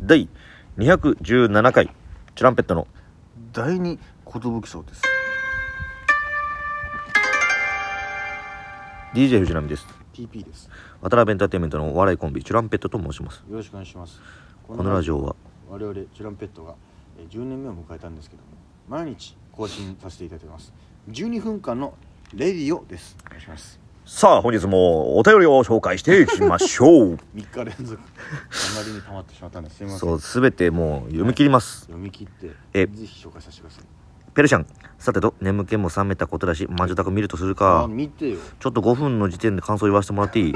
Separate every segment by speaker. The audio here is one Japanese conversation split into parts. Speaker 1: 第217回チュランペットの
Speaker 2: 第二寿そうです
Speaker 1: DJ 藤波です
Speaker 2: TP です
Speaker 1: 渡辺エンターテインメントのお笑いコンビチュランペットと申します
Speaker 3: よろしくお願いしますこ
Speaker 1: このラジオは
Speaker 3: 我々チュランペットがえー10年目を迎えたんですけども毎日更新させていただいてます12分間のレディオですお願いします
Speaker 1: さあ本日もお便りを紹介していきまし ょう
Speaker 3: 3日連続あまりに溜まってしまったんですすいません
Speaker 1: そう全てもう読み切ります、
Speaker 3: 読み切って
Speaker 1: え
Speaker 3: ぜひ紹介させてください
Speaker 1: ペルシャンさてと眠気も覚めたことだし魔女宅見るとする
Speaker 3: あ
Speaker 1: か
Speaker 3: 見てよ
Speaker 1: ちょっと5分の時点で感想言わせてもらって いい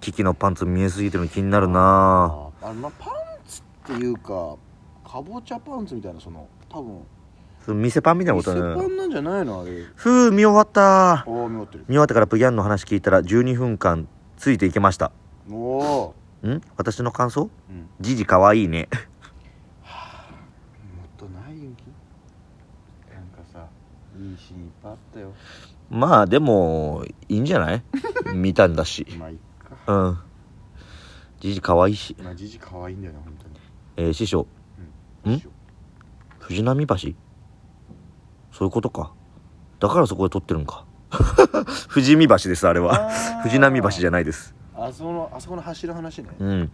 Speaker 1: キキのパンツ見えすぎてるの気になるな
Speaker 3: ああのまあパンツっていうかかぼちゃパンツみたいなその多分
Speaker 1: それ店パンみたいなこ
Speaker 3: 偽
Speaker 1: とだ
Speaker 3: パ
Speaker 1: ね
Speaker 3: ンなんじゃないのあれ
Speaker 1: ふう見終わった
Speaker 3: ああ見合ってる
Speaker 1: 見終わってからプギャンの話聞いたら12分間ついていけました
Speaker 3: おお
Speaker 1: ん私の感想
Speaker 3: ー、うん、も
Speaker 1: ジジかわいいね
Speaker 3: っとない雪なんかさいいシーンいっぱいあったよ
Speaker 1: まあでもいいんじゃない見たんだし
Speaker 3: まあいっか
Speaker 1: うんジジかわいいし、
Speaker 3: まあじじ可愛いんだよね本当に
Speaker 1: えー師匠ん藤波橋そういうことかだからそこで撮ってるんか 藤見橋ですあれは藤波橋じゃ
Speaker 3: な
Speaker 1: な
Speaker 3: い
Speaker 1: いです
Speaker 3: あそこのあそこの橋の話ね
Speaker 1: うん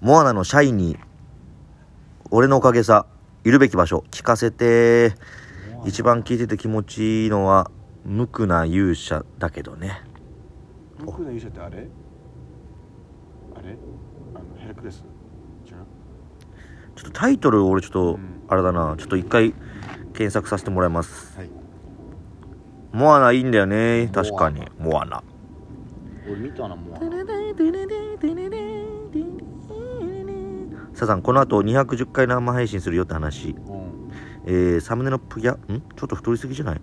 Speaker 1: モアナのシャイに俺のおかげさいるべき場所聞かせて一番聞いてて気持ちいいのは無垢な勇者だけどね
Speaker 3: 僕の勇者ってあれあれあのヘラクレス違う
Speaker 1: ちょっとタイトル俺ちょっ
Speaker 3: う
Speaker 1: と
Speaker 3: ん
Speaker 1: あれだなちょっと一回検索させてもらいます
Speaker 3: はい
Speaker 1: モアナいいんだよね確かにモアナ
Speaker 3: 俺見たなもう
Speaker 1: サザンこの後210回生配信するよって話
Speaker 3: うん
Speaker 1: えー、サムネのプギャんちょっと太りすぎじゃない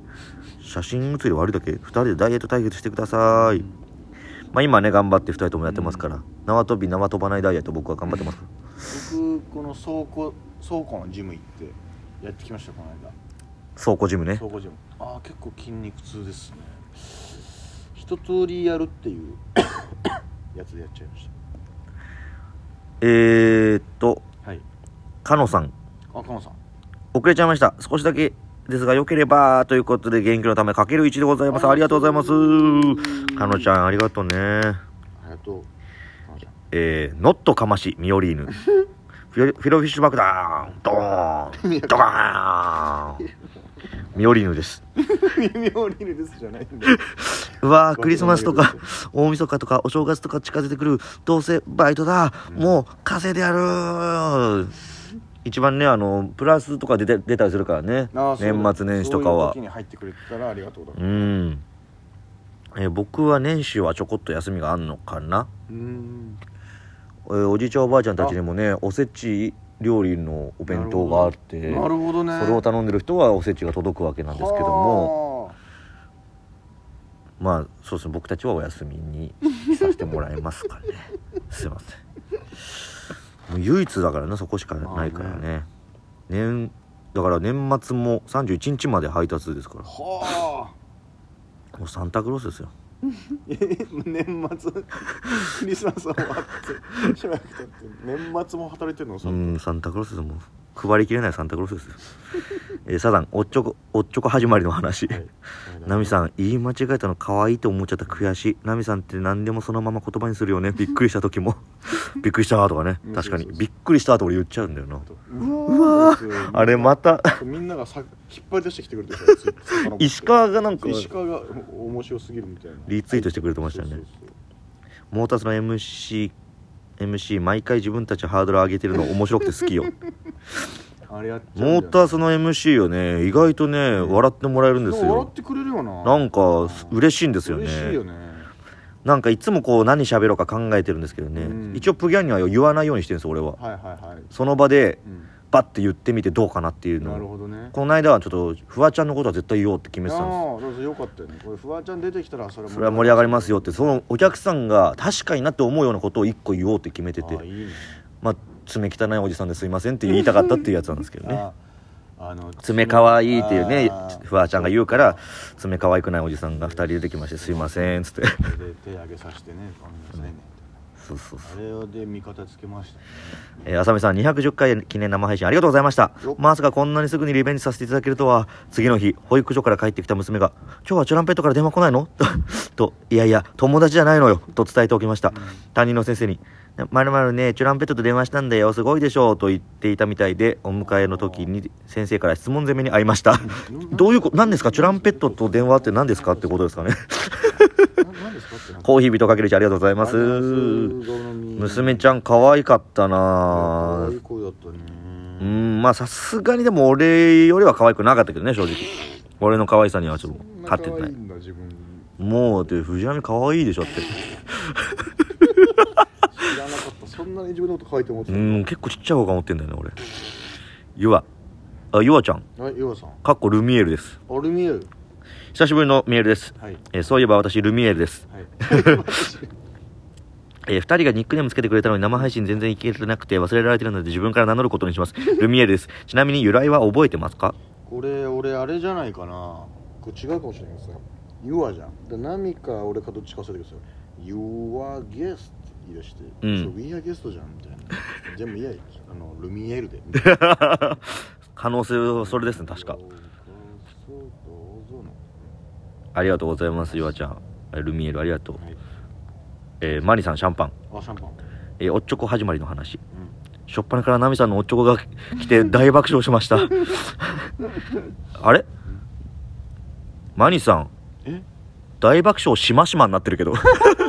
Speaker 1: 写真写り悪いだけ2人でダイエット対決してください、まあ今ね頑張って2人ともやってますから、縄跳び縄跳ばないダイエット僕は頑張ってますから
Speaker 3: 僕この倉庫倉庫のジム行ってやってきましたこの間
Speaker 1: 倉庫ジムね
Speaker 3: 倉庫ジムああ結構筋肉痛ですね一通りやるっ ていうやつでやっちゃいまし
Speaker 1: えー、っと
Speaker 3: たはい
Speaker 1: かのさん
Speaker 3: あかもさん
Speaker 1: 遅れちゃいました少しだけですが良ければということで元気のためかける1でございますありがとうございますかのちゃんありがとうね
Speaker 3: ありがとうかのちゃん
Speaker 1: えー、ノットかましミオリー ヌフィロフィロフィッシュ爆弾ドーンドカーンミオリーヌです
Speaker 3: 耳をリルですじゃないん だよ
Speaker 1: うわ ークリスマスとか大晦日とかお正月とか近づいてくるどうせバイトだもう稼いでやる一番ねあのプラスとか出て出たりするからね
Speaker 3: あーそうだ
Speaker 1: 年末年始とかは
Speaker 3: そういう時に入ってくれたらありがとうだ
Speaker 1: うん、えー僕は年始はちょこっと休みがあんのかな、
Speaker 3: うん
Speaker 1: えーおじいちゃんおばあちゃんたちにもねおせち料理のお弁当があって
Speaker 3: なるほどね
Speaker 1: それを頼んでる人はおせちが届くわけなんですけども
Speaker 3: は
Speaker 1: まあそうですね僕たちはお休みにさせてもらいます かねすいませんもう唯一だからなそこしかないからね,、
Speaker 3: ま
Speaker 1: 年だから年末も31日まで配達ですから
Speaker 3: あはあ
Speaker 1: もうサンタクロースですよ
Speaker 3: え年末 クリスマス終わってしばらく経って年末も働いてるの
Speaker 1: う
Speaker 3: その
Speaker 1: んサンタクロースですもう配りきれないサンタクロースですよ、えーサザンおっちょこおっちょこ始まりの話、
Speaker 3: はい
Speaker 1: ナミさん言い間違えたの可愛いと思っちゃった悔しいナミさんって何でもそのまま言葉にする よねびっくりした時もびっくりしたとかね
Speaker 3: うん
Speaker 1: 確かに
Speaker 3: そうそうそう
Speaker 1: びっくりしたと俺言っちゃうんだよな
Speaker 3: うわー
Speaker 1: あれまた
Speaker 3: みんながさ引っ張り出してきてく れてるさ魚持って
Speaker 1: 石川がなんか
Speaker 3: 石川がお面白すぎるみたいな
Speaker 1: リツイートしてくれてましたね
Speaker 3: そうそうそう
Speaker 1: モータスの MC MC 毎回自分たちハードル上げてるの面白くて好 きよ
Speaker 3: あれやっちゃうんだ
Speaker 1: モ
Speaker 3: よ
Speaker 1: ータースの MC をね意外とね笑ってもらえるんです
Speaker 3: でも笑
Speaker 1: よ
Speaker 3: ってくれるよな
Speaker 1: な
Speaker 3: なん
Speaker 1: か嬉しいんですよね
Speaker 3: 嬉しいよね
Speaker 1: なんかいつもこう何喋ろうか考えてるんですけどね、
Speaker 3: うん
Speaker 1: 一応プギャンには言わないようにしてるんです俺は
Speaker 3: はいはいはい、
Speaker 1: その場で
Speaker 3: う、
Speaker 1: バッて言ってみてどうかなっていうん
Speaker 3: なる
Speaker 1: のを
Speaker 3: ほどね
Speaker 1: この間はちょっとフワちゃんのことは絶対言おうって決
Speaker 3: あ
Speaker 1: め
Speaker 3: あ
Speaker 1: てたんで
Speaker 3: ーそうそうよかったよねこれフワちゃん出てきたらそれ
Speaker 1: すそれは盛り上がります
Speaker 3: よ
Speaker 1: よってそのお客さんが確かになって思うようなことを一個言おうって決めて
Speaker 3: あ
Speaker 1: て
Speaker 3: いいね
Speaker 1: まあ爪汚いおじさんですいませんって言いたかったっていうやつなんですけどね
Speaker 3: ああの
Speaker 1: 爪可愛いっていうね
Speaker 3: あー
Speaker 1: フワちゃんが言うから爪可愛くないおじさんが2人出てきましてすいませんっつって
Speaker 3: それで手上げさせてねごめんなさいね
Speaker 1: そうそうそう
Speaker 3: あれで味方つけましたね
Speaker 1: えー、浅見さん210回記念生配信ありがとうございました
Speaker 3: よっ
Speaker 1: まさかこんなにすぐにリベンジさせていただけるとは次の日保育所から帰ってきた娘が「今日はチュランペットから電話来ないの? 」 と「いやいや友達じゃないのよ」と伝えておきました担任の先生に「まるまるねチュランペットと電話したんだよすごいでしょう」と言っていたみたいでお迎えの時に先生から質問攻めに遭いましたどういうこと何ですかチュランペットと電話って何ですかってことです かね
Speaker 3: ななんですかってなんか
Speaker 1: コーヒー人かけるちゃんありがとうございます娘ちゃん可愛かったな
Speaker 3: あ
Speaker 1: あ
Speaker 3: いい子だったね
Speaker 1: うーんまあさすがにでも俺よりは可愛くなかったけどね正直俺の可愛さにはちょっと勝ってない
Speaker 3: んだ自分
Speaker 1: もうだって藤波可愛いでしょって
Speaker 3: 知らなかったそんなに自分のこと書いて思っ
Speaker 1: う
Speaker 3: て
Speaker 1: ーん結構ちっちゃい方が思ってんだよね俺ゆわあゆわちゃん
Speaker 3: たはい岩さん
Speaker 1: かっこルミエールです
Speaker 3: あルミエル
Speaker 1: 久しぶりのメールです、
Speaker 3: はい
Speaker 1: えーそういえば私ルミエールです、
Speaker 3: はい
Speaker 1: え2人がニックネームつけてくれたのに生配信全然いけてなくて忘れられてるので自分から名乗ることにし ますルミエールですちなみに由来は覚えてますか
Speaker 3: これ俺あれじゃないかなこれ違うかもしれないですよユアじゃんで何か俺かどっちか忘れてくださいユアゲスト言い出して「
Speaker 1: うん
Speaker 3: そう We are ゲストじゃん」みたい な「全部いやいあのルミエールで」
Speaker 1: 可能性はそれですね確か
Speaker 3: そうどうぞの
Speaker 1: ありがとうございますゆわちゃんえールミエールありがとう
Speaker 3: はい
Speaker 1: えーマリさんシャンパン、
Speaker 3: あシャンパン
Speaker 1: えーおっちょこ始まりの話
Speaker 3: うん
Speaker 1: しょっぱなからナミさんのおっちょこが来て 大爆笑しましたあれマニさん
Speaker 3: え
Speaker 1: 大爆笑しましまになってるけど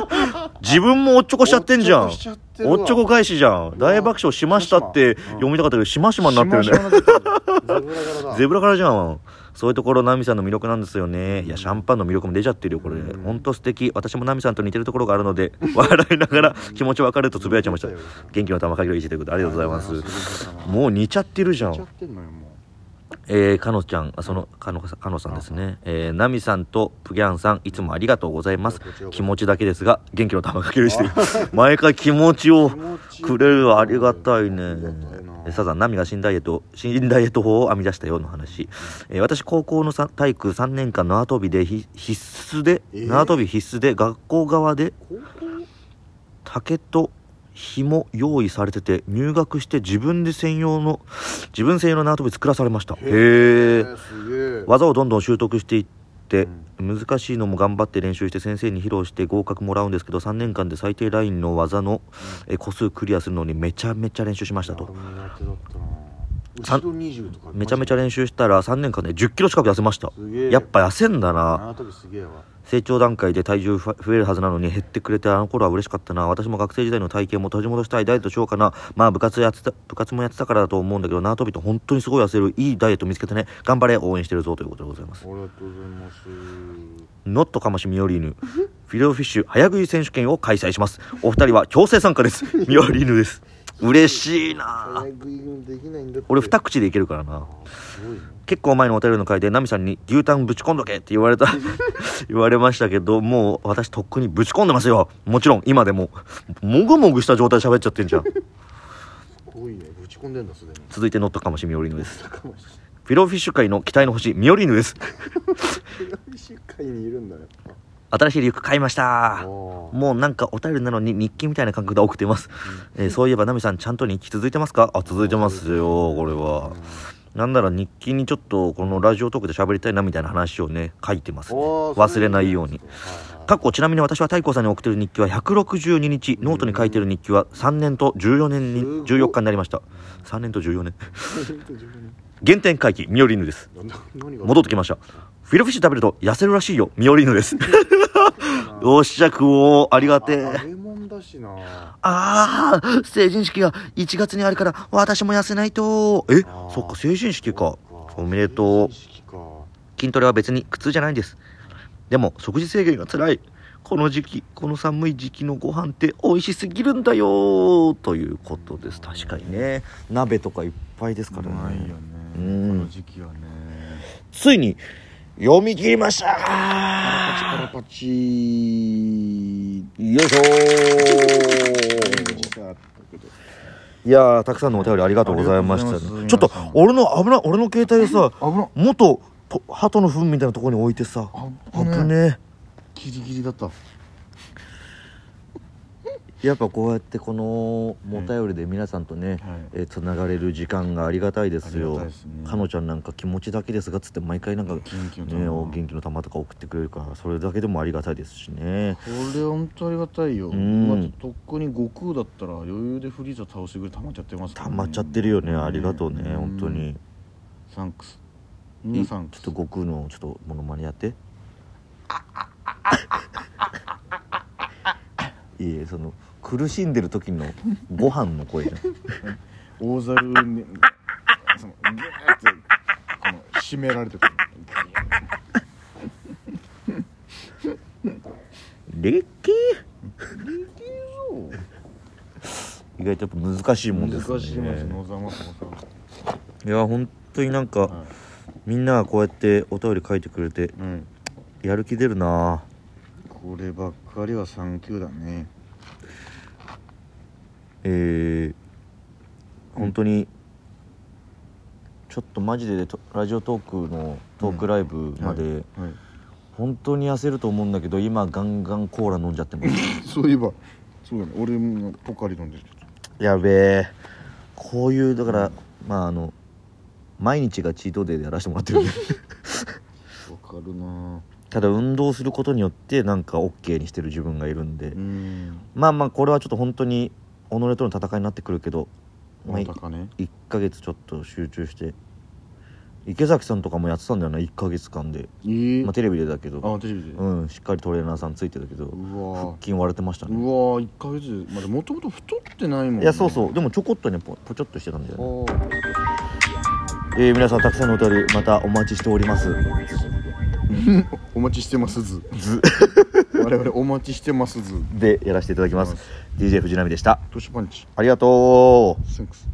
Speaker 1: 自分もおっちょこしちゃってんじゃんお
Speaker 3: おっ
Speaker 1: っ
Speaker 3: ち
Speaker 1: ち
Speaker 3: ょこしちゃ
Speaker 1: ょ
Speaker 3: ってるわ
Speaker 1: こ返しじゃん大爆笑しましたって
Speaker 3: しましま
Speaker 1: 読みたかったけどしましまになってるね
Speaker 3: シマシマになってるゼブラ柄だ
Speaker 1: ゼブラからじゃんそういうところナミさんの魅力なんですよねいやシャンパンの魅力も出ちゃってるよこれ
Speaker 3: うん
Speaker 1: ほんと素敵私もナミさんと似てるところがあるので 笑いながら気持ちわかるとつぶやいちゃいました
Speaker 3: うん
Speaker 1: 元気の玉かけるいじということであ
Speaker 3: あ
Speaker 1: りがとうございます
Speaker 3: う
Speaker 1: もう似ちゃってるじゃ
Speaker 3: ちゃっ
Speaker 1: ん
Speaker 3: てんのよもう
Speaker 1: えー、かのちゃんあそのかのかさんかのさんですねえーナミさんとプギャンさんいつもありがとうございます
Speaker 3: こちらこそ
Speaker 1: 気持ちだけですが元気の玉かけるいじという毎回気持ちをくれるありがたいねえサザンナミが新ダイエット新ダイエット法を編み出したような話、えー私高校のさ体育3年間縄跳びでひ必須で、
Speaker 3: えー
Speaker 1: 縄跳び必須で学校側で
Speaker 3: 高校
Speaker 1: 竹と紐用意されてて入学して自分で専用の自分専用の縄跳び作らされましたへえ
Speaker 3: えすげえ
Speaker 1: 技をどんどん習得していって、難しいのも頑張って練習して先生に披露して合格もらうんですけど3年間で最低ラインの技の、えー個数クリアするのにめちゃめちゃ練習しましたと
Speaker 3: 俺も苦手だった
Speaker 1: さ
Speaker 3: なん後ろ20とか
Speaker 1: めちゃめちゃ練習したら3年間で1 0キロ近く痩せました
Speaker 3: すげえ
Speaker 1: やっぱ痩せんだな
Speaker 3: 縄跳びすげえわ
Speaker 1: 成長段階で体重ふ増えるはずなのに減ってくれてあの頃は嬉しかったな私も学生時代の体型も取り戻したいダイエットしようかなまあ部活やってた部活もやってたからだと思うんだけど縄跳びと本当にすごい痩せるいいダイエット見つけてね頑張れ応援してるぞということでございます
Speaker 3: ありがとうございます
Speaker 1: ノットかましミオリーヌフィレオフィッシュ早食い選手権を開催しますお二人は強制参加ですミオリーヌです嬉しいな
Speaker 3: 早食いもできないんだって
Speaker 1: 俺二口でいけるからな
Speaker 3: あすごいね
Speaker 1: 結構前のお便りの回でナミさんに「牛タンぶち込んどけ」って言われた 言われましたけどもう私とっくにぶち込んでますよもちろん今でももぐもぐした状態で喋っちゃってんじゃん
Speaker 3: すごいねぶち込んでんだすでに
Speaker 1: 続いてノットかもしミオリーヌです
Speaker 3: 高 橋
Speaker 1: フィロフィッシュ界の期待の星ミオリーヌです
Speaker 3: 南市会にいるんだやっ
Speaker 1: 新しいリュック買いました
Speaker 3: ぱお
Speaker 1: もうなんかお便りなのに日記みたいな感覚で送ってます、えーそういえばナミさんちゃんと日記続いてますかあ続いてますよこれはなんなら日記にちょっとこのラジオトークで喋りたいなみたいな話をね書いてますね忘れないように
Speaker 3: は
Speaker 1: 過去ちなみに私は太閤さんに送ってる日記は162日ノートに書いてる日記は3年と14年に
Speaker 3: すごい
Speaker 1: 14日になりました3年と14年
Speaker 3: いはい
Speaker 1: 原点回帰ミオリーヌです
Speaker 3: な何が
Speaker 1: 戻ってきましたフィロフィッシュ食べると痩せるらしいよミオリーヌです おっしゃくおーありがて
Speaker 3: あ
Speaker 1: え
Speaker 3: 揚げもんだしな
Speaker 1: ああ成人式が1月にあるから私も痩せないとえ
Speaker 3: あー
Speaker 1: そっか成人式か
Speaker 3: そっか
Speaker 1: おめでとう
Speaker 3: 成人式か
Speaker 1: 筋トレは別に苦痛じゃないんですでも食事制限が辛いこの時期この寒い時期のご飯って美味しすぎるんだよということです確かにね鍋とかいっぱいですから
Speaker 3: うまい
Speaker 1: ね
Speaker 3: よね
Speaker 1: うん
Speaker 3: この時期はね
Speaker 1: ついに読み切りまし
Speaker 3: パチパ
Speaker 1: た
Speaker 3: ラパチ
Speaker 1: よいしょーいやーたくさんのお便りありがとうございました
Speaker 2: ありがとうござい
Speaker 1: ね
Speaker 2: ます
Speaker 1: ちょっと俺の危ない俺の携帯をさ
Speaker 3: 危な
Speaker 1: 元と鳩の糞みたいなところに置いてさ
Speaker 3: あ
Speaker 1: 危ねえ
Speaker 3: ギリギリだった
Speaker 1: やっぱこうやってこのもたよりで皆さんとね、
Speaker 3: はい
Speaker 1: えーつながれる時間がありがたいです
Speaker 3: あり
Speaker 1: よ
Speaker 3: がたいですね
Speaker 1: かのちゃんなんか気持ちだけですがっつって毎回なんかね
Speaker 3: 元気の玉
Speaker 1: お元気の玉とか送ってくれるからそれだけでもありがたいですしね
Speaker 3: これ本当ありがたいよ、
Speaker 1: うん
Speaker 3: まあ、とっくに悟空だったら余裕でフリーザ倒してくれたまっちゃってますから
Speaker 1: 溜
Speaker 3: ね
Speaker 1: まっちゃってるよねありがとうね
Speaker 3: ん
Speaker 1: 本当に
Speaker 3: サンクスみんなサン
Speaker 1: ち
Speaker 3: ク
Speaker 1: ょっ
Speaker 3: ス
Speaker 1: と悟空のちょっとモノマネや っていえその苦しんでる時のご飯の声じゃん
Speaker 3: 大猿に そのギューってこの締められてくる
Speaker 1: レッキー意外とやっぱ難しいもんですね
Speaker 3: 難しいもんです野沢雅子
Speaker 1: いや本当になんか、
Speaker 3: さん、は
Speaker 1: みんながこうやってお便り書いてくれて
Speaker 3: いうん、
Speaker 1: やる気出るな
Speaker 3: こればっかりは産休だね
Speaker 1: えー、本当に、ちょっとマジでとラジオトークのトークライブまで、
Speaker 3: はい
Speaker 1: 本当に痩せると思うんだけど今ガンガンコーラ飲んじゃってます
Speaker 3: そういえばそうだね俺もポカリ飲んでる
Speaker 1: やべえこういうだから、まああの毎日がチートデーでやらせてもら ってるんで
Speaker 3: わかるな
Speaker 1: ただ運動することによってなんか OK にしてる自分がいるんで、
Speaker 3: うん
Speaker 1: まあまあこれはちょっと本当に己との戦いになってくるけど、まあ、
Speaker 3: ま
Speaker 1: い
Speaker 3: たかね
Speaker 1: 1ヶ月ちょっと集中して池崎さんとかもやってたんだよな1ヶ月間で、
Speaker 3: えー
Speaker 1: まあ、テレビでだけど、
Speaker 3: あテレビで、う
Speaker 1: うん、しっかりトレーナーさんついてたけど
Speaker 3: わ
Speaker 1: 腹
Speaker 3: ー
Speaker 1: 筋割れてましたね
Speaker 3: うわー1ヶ月までもともと太ってないもん、ね、
Speaker 1: いやそうそうでもちょこっとねポポチョっとしてたんだよね
Speaker 3: お
Speaker 1: えー皆さんたくさんのお便りまたお待ちしております
Speaker 3: お待ちしてますずず我々お待ちしてますず
Speaker 1: でやらせていただきます DJ 藤波でした
Speaker 3: トシパンチ
Speaker 1: ありがとう
Speaker 3: センクス